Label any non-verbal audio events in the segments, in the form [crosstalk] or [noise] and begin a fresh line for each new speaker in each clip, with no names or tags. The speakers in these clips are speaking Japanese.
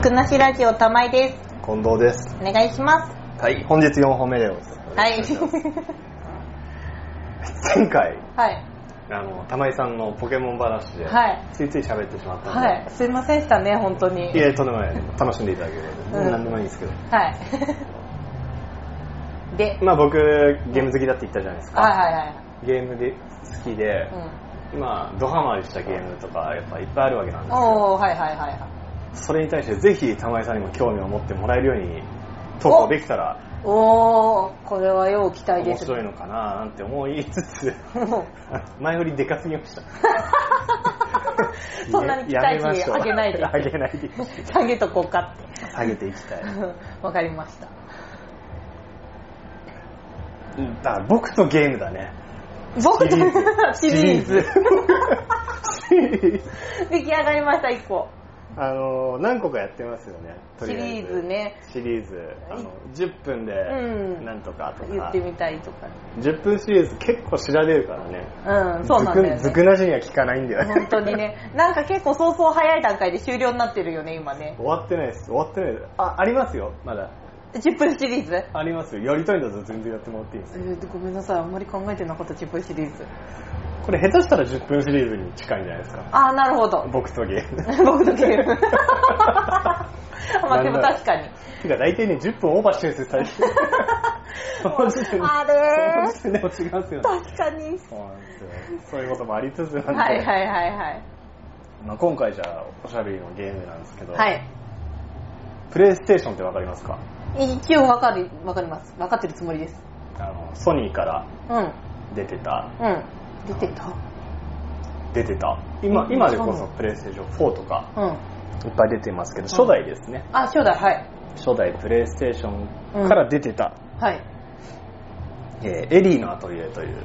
くなしラジオ玉井です。
近藤です。
お願いします。
はい、本日4本目でござい
はい。
ます。前回、
[laughs] はい。
あの、玉井さんのポケモン話で、
はい
ついつい喋ってしまったので、
はい。すいませんでしたね、本当に。
いえ、とんでもない。楽しんでいただければ、
うん
何でもいいんですけど。 [laughs]
はい。で、
まあ僕、ゲーム好きだって言ったじゃないですか。
はいはいはい。
ゲームで好きで、
う
まあ、ドハマりしたゲームとか、やっぱいっぱいあるわけなんで
ん。
すよ。
おー、はいはいはいはい。
それに対して、ぜひ玉井さんにも興味を持ってもらえるように、投稿できたら、
おー、これは要期待で
面
す。
白いのかななんて思いつつ、
そ
[laughs] 前振りでかすぎ
[laughs]
ました。
んなに期待値上げないで。
あげないで。
[laughs] 下げとこうかって。 [laughs]
下げていきたい。
わかりました。
うんだから僕とゲームだね。
僕
シリ
[laughs]
ー
シリーズ。
シリーズ
出来上がりました、1個。
あのー、何個かやってますよね。とりあえず
シリーズね。
シリーズ。あの、10分
う
で、
ん
なんとかと
言っ
か
て。みたいとか。
10分シリーズ結構調べるからね。
うん、そうなんだよ、ね。
ずくずくなしには効かないんだよね。
本当に。ね。なんか結構早々早い段階で終了になってるよね、今ね。
終わってないです。終わってないです。あ、ありますよ。まだ。
10分シリーズ
ありますよ。やりたいんだぞ。全然やってもらっていいです
え。ーごめんなさい、あんまり考えてなかった10分シリーズ。
これ下手したら10分シリーズに近いんじゃないですか。
あー、なるほど。
僕とゲーム。
[laughs] 僕のゲーム。まあでも確かに。
てか大体ね、10分オーバーしてるんです
[laughs]
よ、最初。その時点で
あれー
その時点でも違うんですよね。
確かに。
そうなんですよ。そういうこともありつつなんで、
はいはいはいはい。
まあ、今回じゃあ、おしゃべりのゲームなんですけど、
はい。
プレイステーションってわかりますか
一応わかり、わかります。わかってるつもりです。
あの、ソニーから
うん。うん。
出てた、
出てた
出てた。今
う、ん
今でこ
そ
そうプレイステーション4とか、
うん。
いっぱい出てますけど、初代ですね。
あ、初代、はい。
初代プレイステーションから出てた、
はい。
えーエリーのアトリエという、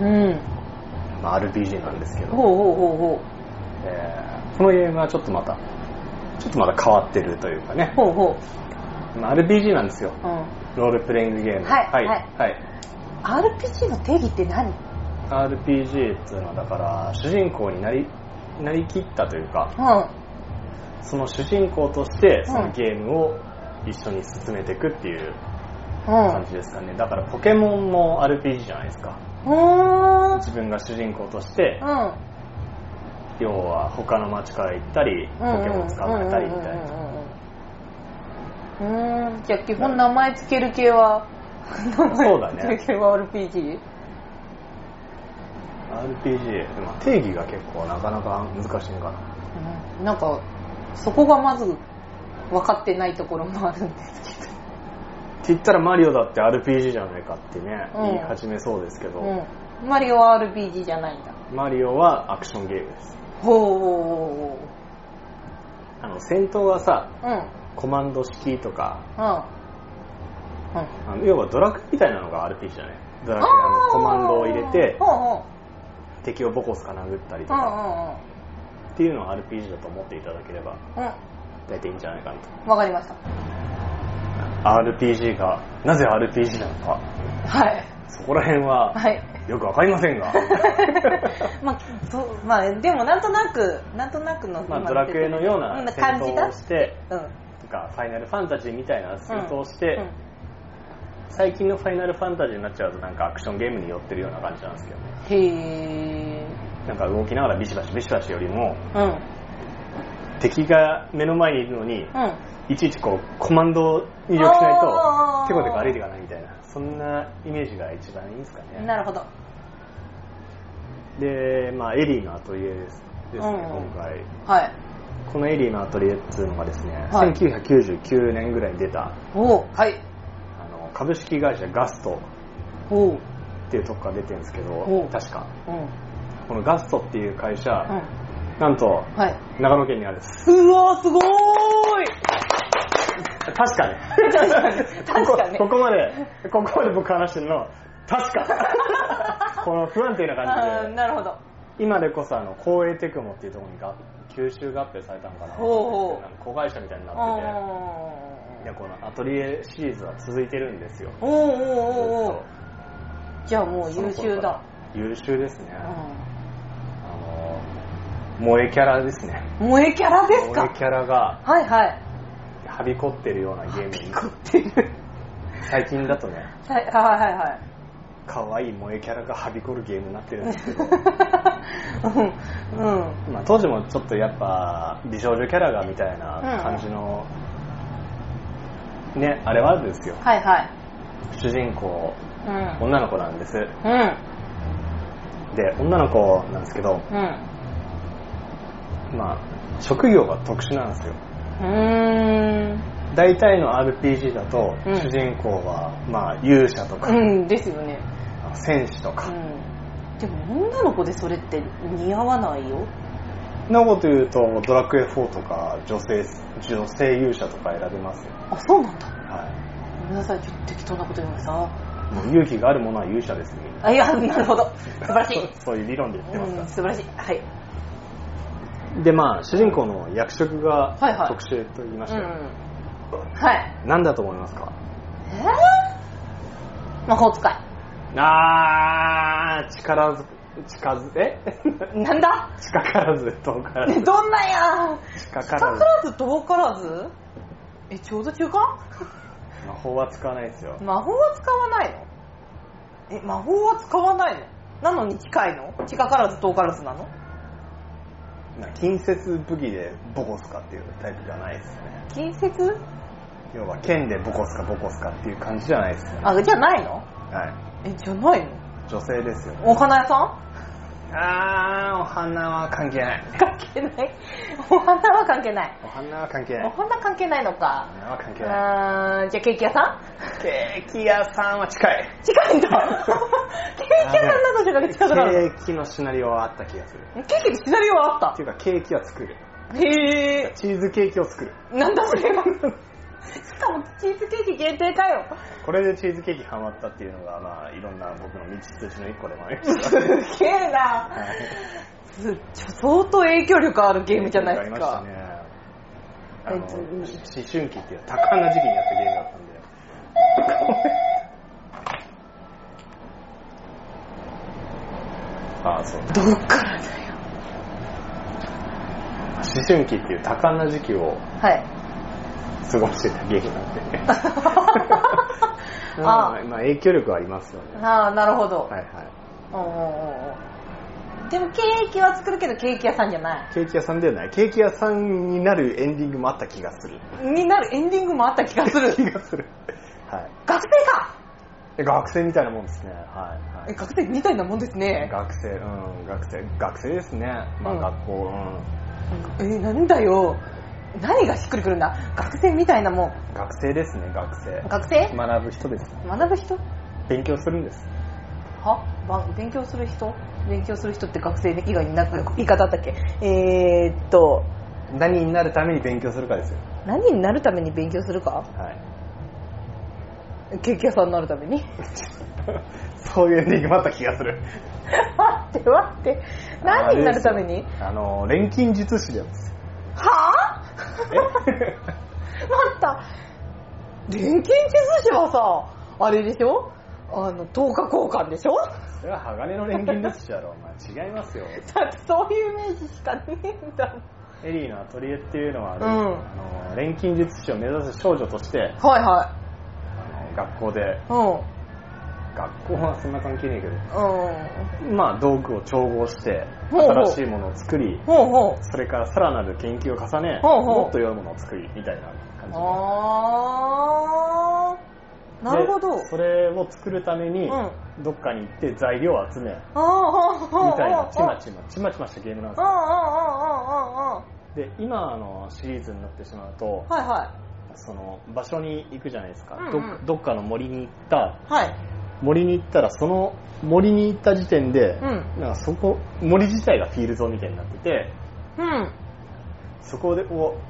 うん。
まあ、RPG なんですけど、
ほうほうほうほう。
えーこのゲームはちょっとまた、ちょっとまた変わってるというかね、
ほうほ
まあ RPG なんですよ。
う。うん。
ロールプレイングゲーム。
はい
はい。
はい
はい
RPG の定義って何
RPG っていうのはだから、主人公になり、なりきったというか、
うん。
その主人公として、そのゲームを一緒に進めていくっていう
うん。
感じですかね。だからポケモンも RPG じゃないですか。
うーん。
自分が主人公として、
うん。
要は他の街から行ったり、ポケモン捕まえたりみたいな。
うんうんうんうんうん。うーん。じゃあ基本名前つける系は、
そうだね
名前つける系は RPG?
RPG、まあ定義が結構なかなか難しいのかな。
うん。なんか、そこがまず分かってないところもあるんですけ
って言ったらマリオだって RPG じゃないかってね、
うん
言い始めそうですけど、
ど。うん。マリオは RPG じゃないんだ。
マリオはアクションゲームです
ほ
あの戦闘はさ
う。うん。うん。
コマンド式とか
うん。
あの要はドラクエみたいなのが RPG じゃないドラクエあのコマンドを入れて
ほうほ
敵をボコスか殴ったり
う。
と
うんう
か
んうん。
っていうのを RPG だと思っていただければ
う
大体いいんじゃないかなと
ん。わかりました。
RPG がなぜ RPG なのか
はい。
そこら辺は
はい。
よくわかりませ
[laughs]
んが
まあ、そうまあ、でもなんとなく、なんとなくの、
まあ
今
ドラクエのよう
う
なん戦
感じだ
闘をして
うん。
とかファイナルファンタジーみたいな戦闘をして、
うん
最近のファイナルファンタジーになっちゃうとなんかアクションゲームに寄ってるような感じなんですけどね
へ
なんか動きながらビシバシビシバシよりも
ー。うん。
敵が目の前にいるのに
うん。
いちいちこうコマンドを入力しない
あ
と
ー
テコテコ歩いていかないみたいなそんなイメージが一番いいんですかね
なるほど。
でまあエリーのアトリエです
う
ですね、
ん
今回
はい。
このエリーのアトリエっていうのがですね、
はい
1999年ぐらいに出た
おうはい。
あの株式会社ガスト
おう
っていうとこから出てるんですけ
お
ど
う
確か
うん。うん。
このガストっていう会社、なんと
はい。
長野県にあるんです
うわーすごーい
確かね。
[laughs] 確かに確かに
ここここまで、ここまで僕話してるの、確
[laughs]
か。この不安定な
あー
感じで、
なるほど。
今でこそあの、光栄テクモっていうところにが吸収合併されたのかな。
ほうほう
なんか子会社みたいになってて、で
お
このアトリエシリーズは続いてるんですよ。
おおうおうおうお
ず
う
っ
じゃあもう
と
優秀だ。。
優秀ですね。
うん
あの萌えキャラですね
萌えキャラです
萌
か
えキャラが
はいはい
はびこってるようなゲームに
凝ってる
最近だとね
はいはいはいはい
可愛い萌えキャラがはびこるゲームになってるんですけど、 [laughs]
うんうん
まあ、当時もちょっとやっぱ美少女キャラがみたいな感じの、ねあれはですよ
はいはい
主人公
うん
女の子なんです
うん
で女の子なんですけど
うん
まあ職業が特殊なんですよ
うーん
大体の RPG だと、
うん
主人公は、まあ、勇者とか、
うんですよね
戦士と
う
か、
んでも女の子でそれって似合わないよ
なこと言うとドラクエ4とか女性女性勇者とか選べますよ、
あそうなんだ
は
ごめんなさいちょっと適当なこと言うのさ
い、もう勇気があるものは勇者ですよ
あいやなるほど素晴らしい
[laughs] そういう理論で言ってます
う
か
ん素晴らしいはい
ら、でまあ主人公の役職が
はいはい
特殊と言いましたよ、
うんはい
何だと思いますか
えー魔法使い
あー力ず近づえ [laughs]
なんだ
近からず遠からず
[laughs] ねどんなんや
近か
近
ら
か
ず
らず遠からずえちょうど中間
魔法は使わないですよ
魔法は使わないのえ魔法は使わないのなのに近いの近からず遠からずなの
な近接武器でボコスカっていうタイプじゃないですね
近接
要は剣でボコスカボコスカっていう感じじゃないですね
あじゃないの
は
えじゃないの
い女性ですよ
お花屋さん
あーお花は関係ない
関係ないお花は関係ない
お花は関係な
お
い
花関係ないの
お
か
花は関係ない
あーじゃあケーキ屋さん
ケーキ屋さんは近い
近いん
[laughs]
だケーキ屋さんなどじゃなくて
ケ
近くなる
ーキのシナリオはあった気がする
ケーキのシナリオはあ
っ
って
いうかケーキは作る
たへえ
チーズケーキを作る
なんだそれ [laughs] はしかもチーズケーキ限定かよ
これでチーズケーキハマったっていうのがまあいろんな僕の道筋の一個でもあります [laughs]
すげえなすちょ相当影響力あるゲームじゃないですか、
ありましたねあの
うん
思春期っていう多感な時期にやったゲームだったんでああそう
どっからだよ
思春期っていう多感な時期を
[laughs] はい
過ごしてたゲームなんでね
あ
[laughs] まあまあ影響力はありますよね
ああなるほど、
はいはい
うんうんうんうんでもケーキは作るけどケーキ屋さんじゃない
ケーキ屋さんではないケーキ屋さんになるエンディングもあった気がする [laughs]
になるエンディングもあった気が [laughs] する
気がするはい
学生か
え学生みたいなもんですねはい、はい
え学生みたいなもんですね
学生うん学生学生ですねまあ
うん
学校うん、
えーなんだよ何がしっくりくるんだ学生みたいなもん
学生ですね学生
学生
学ぶ人です
学ぶ人
勉強するんです
は、ば勉強する人勉強する人って学生以外になく言い方あったっけえー、っと
何になるために勉強するかですよ
何になるために勉強するか
はい [laughs]
ケーキ屋さんになるために
そういうエンディングもあった気がする
待って待って何になるため
あれ
に
ですよあの錬金術師
[laughs]
です [laughs]
はあ待った錬金術師はさあれでしょあの等価交換でしょ
それは鋼の錬金術師だろ [laughs] お前違いますよ
だってそういうイメージしかねえんだもん
エリーのアトリエっていうのはあれ、
うん
あの錬金術師を目指す少女として
はいは
あの学校で
いうん
学校はそんな関係ねえけど
うん
まあ、道具を調合して
ほうほう
新しいものを作り
ほうほう
それからさらなる研究を重ね
ほうほう
もっと良いものを作りみたいな感
あー
じ
なるほど
でそれを作るために
う
どっかに行って材料を集めみ
ああ
たいなちまちまちまちましたゲームなんです
ああああ
よ
ああああ
で今あのシリーズになってしまうと
はいは
その場所に行くじゃないですか
うん
ど
うん
どっかの森に行った
いはい
森に行ったらその森に行った時点で
うん
なんかそこ森自体がフィールドみたいになってて
うん
そこを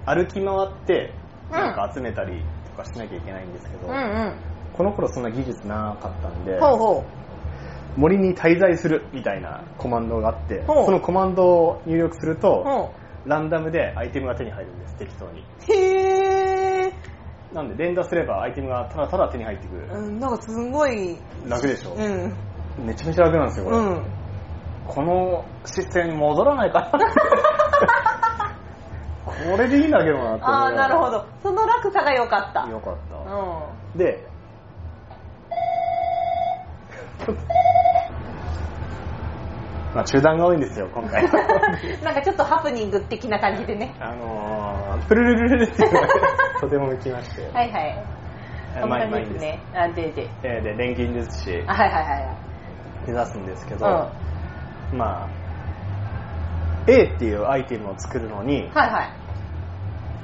歩き回って
うん
なんか集めたりとかしなきゃいけないんですけど、
うん
この頃そんな技術なかったん
う
で
んほうほ
森に滞在するみたいなコマンドがあって
ほう
そのコマンドを入力する
う
と
ほ
ランダムでアイテムが手に入るんです適当に
うへえ
なんで連打すればアイテムがただただ手に入ってくる
んなんかすごい
楽でしょ、
うん
めちゃめちゃ楽なんですよこ
う
れ、
ん
この姿勢に戻らないかなこれでいいんだけどなって思い
ああ、な
がら
るほど。その落差が良かった。
よかった、
う
でまあ中断が多いんですよ今回
ん。 [laughs] なんかちょっとハプニング的な感じでね。
あのー、プルルルルルっていう
[laughs]
のがとても向きまして
はいはい。
あまあ
こんな感じですね。あ、でで。
まあいいんですえーで錬金術師
あ、はいはいはいはい。
目指すんですけ
うん。
ど、
は
まあ A っていうアイテムを作るのに
いはい。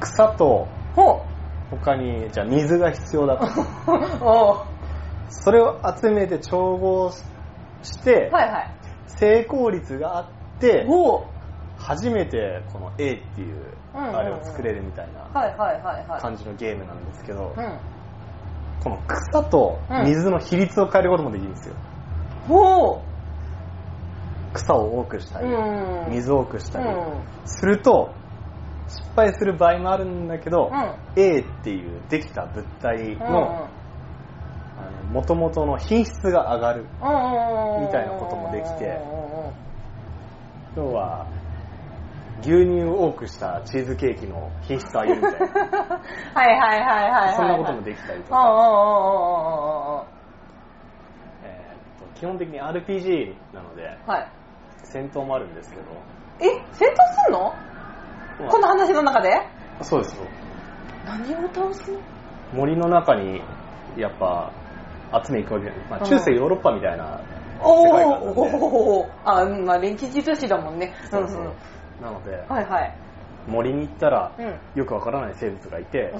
草と
ほう。
他にじゃあ水が必要だと
[laughs] おう
それを集めて調合しして、
はいはい。
成功率があって
ほう。
初めてこの A っていう
うんうんうん
あれを作れるみたいな
はいはいはいはい。
感じのゲームなんですけど
うん。
この草と水の比率を変えることもできるんですよ
ほ
草を多くした
う。
り
うん。
水を多くしたり
うん
すると失敗する場合もあるんだけど
うん
A っていうできた物体
うん
のもともとの品質が上がる
うん
みたいなことも
[laughs]
できて
うんうん
要は牛乳を多くしたチーズケーキの品質を上げるみたい
[laughs]
な
はいはいはいはいはい。
そんなこともできたりと
うんうんう
か
んうんうんうんうん。
えーっと基本的に RPG なので
はい。
戦闘もあるんですけど、
え、戦闘すんの
まあ
この話の中で
そうですよ
何を倒すの
森の中にやっぱ集めに行くわけじゃない、まあ、
うん
中世ヨーロッパみたいな世界観な
お
んで、
おーあ、うんまあ、連吉女子だもんね。
そうそう
うんうん
なので
はいはい。
森に行ったら、
う
よくわからない生物がいて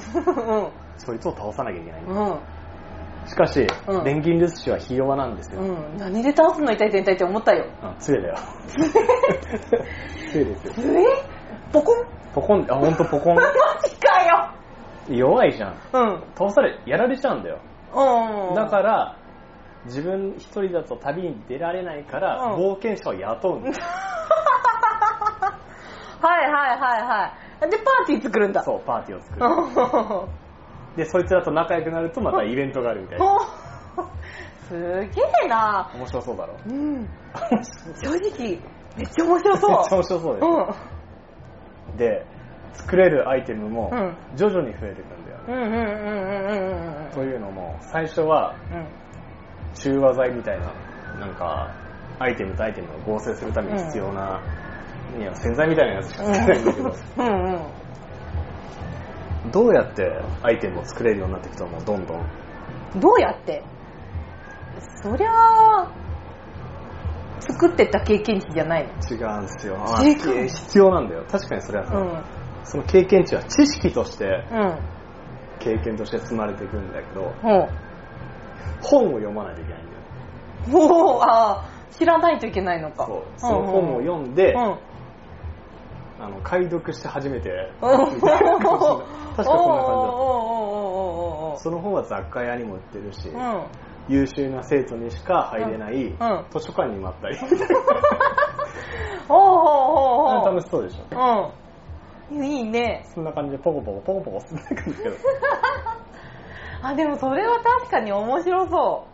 そいつを倒さなきゃいけない、
うん。うん。
しかし、
うん
錬金術師はひ弱なんですよ、
うん、何で倒すの痛い痛い痛いって思ったよ。
あ
[laughs]
杖だよ杖ですよ
えポコン
ポコンあ本当ポ
[laughs]
コン
マジかよ
弱いじゃん
うん。
倒されやられちゃうんだよ
うん。
だから自分一人だと旅に出られないから、
うん
冒険者を雇うんだよ
[laughs] はいはいはいはい。で、パーティー作るんだ。
そうパーティーを作
う
る
ん。
でそいつらと仲良くなるとまたイベントがあるみたいな
お [laughs] すげえな
面白そうだろ
うん。正直、めっちゃ面白そう。
めっちゃ面白そうでしょで作れるアイテムも
うん
徐々に増えていくんだよね
うん。うんうんうんうんうんうんうん。
というのも最初は
うん。
中和剤みたいななんかアイテムとアイテムを合成するために必要な、いや洗剤みたいなやつしか作れないんだけど、
うんうん。
どうやってアイテムを作れるようになっていくともうどんどん
どうやってそりゃあ、作ってった経験値じゃないの。
違うんですよ
違う
必要なんだよ確かにそれはさ、
うん。
その経験値は知識として
うん。
経験として積まれていくんだけど
ほう。
本を読まないといけないんだよ
ほう、ああ、知らないといけないのか。
そうその本を読んで、
うん。
あの解読して初めて
うん
[laughs] みたいな
おー
感じ確かこんな感じだっ
おーおーおーおーおーおー
たその本は雑貨屋にも売ってるし、
うん。
優秀な生徒にしか入れな
ん
い、
うん
図書館にもあ [laughs] ったり
おおおお
楽しそうでしょ
うん。いいね。
そんな感じでポコポコポコポコ進んでいくんですけど
あ、でもそれは確かに面白そ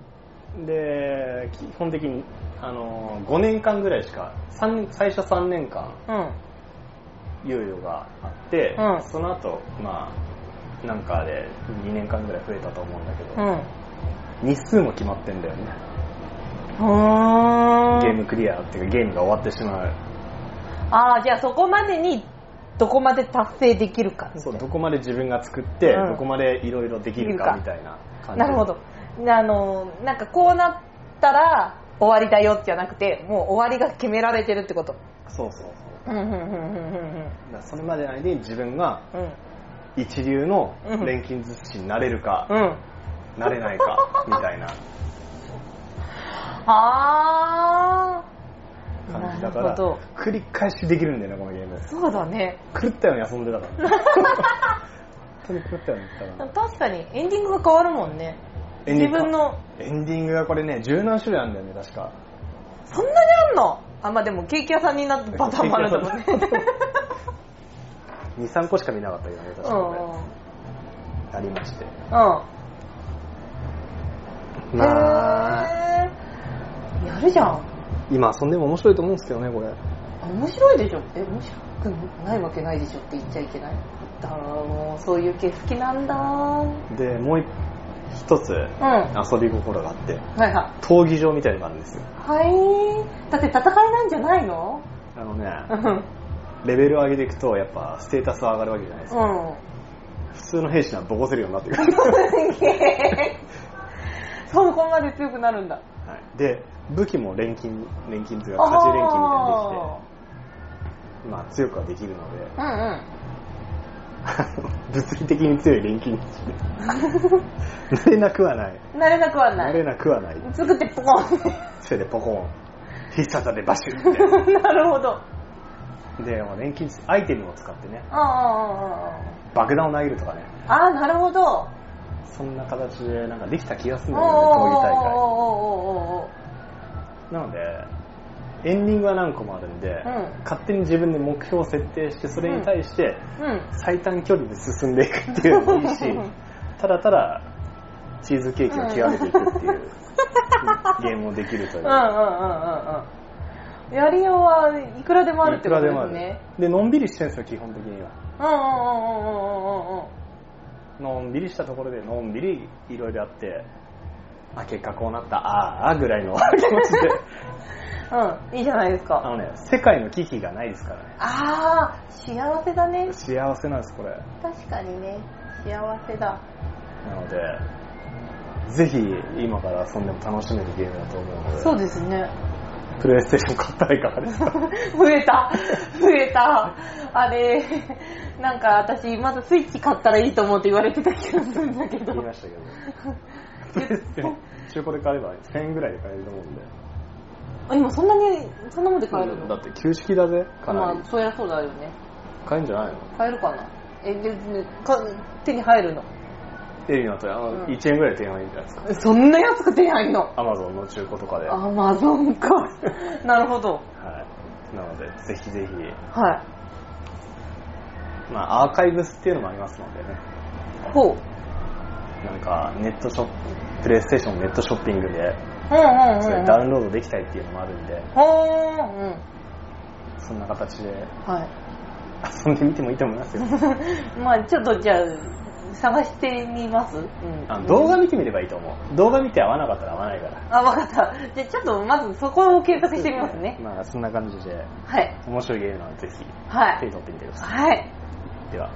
で基本的にあの5年間ぐらいしか三最初3年間
う。うん。
猶予があって、
うん
その後まあなんかで2年間ぐらい増えたと思うんだけ
う
ど、
ん。
日数も決まってんだよね
うーん。
ゲームクリアっていうかゲームが終わってしまう
ああ、じゃあそこまでに、どこまで達成できるかみた
そ
いうな。
どこまで自分が作って、
うん
どこまでいろいろできるか
で
み
きるか
たいな感じ
なるほど。あの、なんかこうなったら終わりだよじゃなくて、もう終わりが決められてるってこと。
そうそう
う
そう
んうんうんうんうん
だからそれまでの間に自分が
うん。
一流の
うん
錬金術師になれるか、
うん。うん。
なれないかみたいな
あー。
感じだか
な
ら
るほど。
繰り返しできるんだよねこのゲーム
そうだね。
狂ったように遊んでたから、ね、本当に狂ったようにやったから
確かにエンディングが変わるもんね。
エンデ
自
ィング
分の、
エンディングがこれね十何種類あるんだよね確か
そんなにあんのあ、まあでもケーキ屋さんになってパターンもあるんだもんね
[laughs]
[laughs]
ケ。ーキ屋23個しか見なかったけどね確
う
か
ん。
ねありまして
うん。
まあ
へーやるじゃん。
今遊んでも面白いと思うんですけどねこれ
あ面白いでしょえ面白くないわけないでしょって言っちゃいけないだからもうそういう系好きなんだう
でもう一つ
んは
遊び心があって
いは
闘技場みたいなのがあるんですよ
いはいだって戦いなんじゃないの
あの
う
ね
ん
レベルを上げていくとやっぱステータスは上がるわけじゃないですか
うん
普通の兵士ならボコせるようになってくる、
すげえそこまで強くなるんだ
はい、で武器も錬金錬金というか勝ち錬金みたいなのができて
あ
まあ、強くはできるので、 [laughs]
あーうんうん
物理的に強い錬金術で慣れなくはない。
慣れなくはな
慣れ
い
なくはない。
作ってポ [laughs] コン
それでポコン。必殺技でバシュッみたい
なるほど
な。で、まあ錬金術、アイテムを使ってね、
ああ
爆弾を投げるとかね、
ああなるほど
そんな形でなんかできた気がす
おー
るん
おー
だよね、闘技大
おーおーおーおーおー
会。なので、エンディングは何個もあるんで、
ん
勝手に自分で目標を設定して、それに対して
うん
最短距離で進んでいくっていうのもい
[laughs]
いし
うん、
ただただチーズケーキを極めていくっていうゲームもできるというう。
んうんうんうんうんやりようはいくらでもあるってことで
いくら
す
でも
ね
あるでのんびりしてるんですよ基本的には
うんうんうんうんうんうんうん
のんびりしたところでのんびりいろいろあってあ結果こうなったあーあーぐら
[laughs]
いの気持ちで
うんいいじゃないです
あ
か
のね世界の危機がないですからね
ああ幸せだね
幸せなんですこれ
確かにね幸せだ
なのでぜひ今から遊んでも楽しめるゲームだと思うので
そうですね
プレイステーション買ったらいかがですか
増えた増えたあれなんか私まだスイッチ買ったらいいと思うって言われてた気がするんだけど
言いましたけどプレイステーション [laughs] 中古で買えば1000円ぐらいで買えると思うんで
あ今そんなにそんなもんで買える
だ
の
って旧式だぜかな
ま
り
あそりゃそうだよね
買えるんじゃないの
買えるかなえでか手に入るの
エリナとあの
うん
1円ぐらいで提案いいんじゃないですか
そんな安く手に入るの
アマゾンの中古とかで、
ア
は
マゾンか [laughs] なるほど
い、なのでぜひぜひ、
はい
まあ、アーカイブスっていうのもありますのでね
ほう
なんかネットショッププレイステーションネットショッピングで
うんうん
そ
うんう
れ
ん
ダウンロードできたりっていうのもあるんで
ほーんうん
そんな形で [laughs]
はい [laughs]
遊んでみてもいいと思いますよ
まあちょっとじゃあ探してみます、うん
あの動画見てみればいいと思う動画見て合わなかったら合わないから
あわかったじゃあちょっとまずそこを検索してみますね
まあそんな感じで
はい
面白いゲームなのでぜひ
は
手に
い
取ってみてくださ
はい
いでは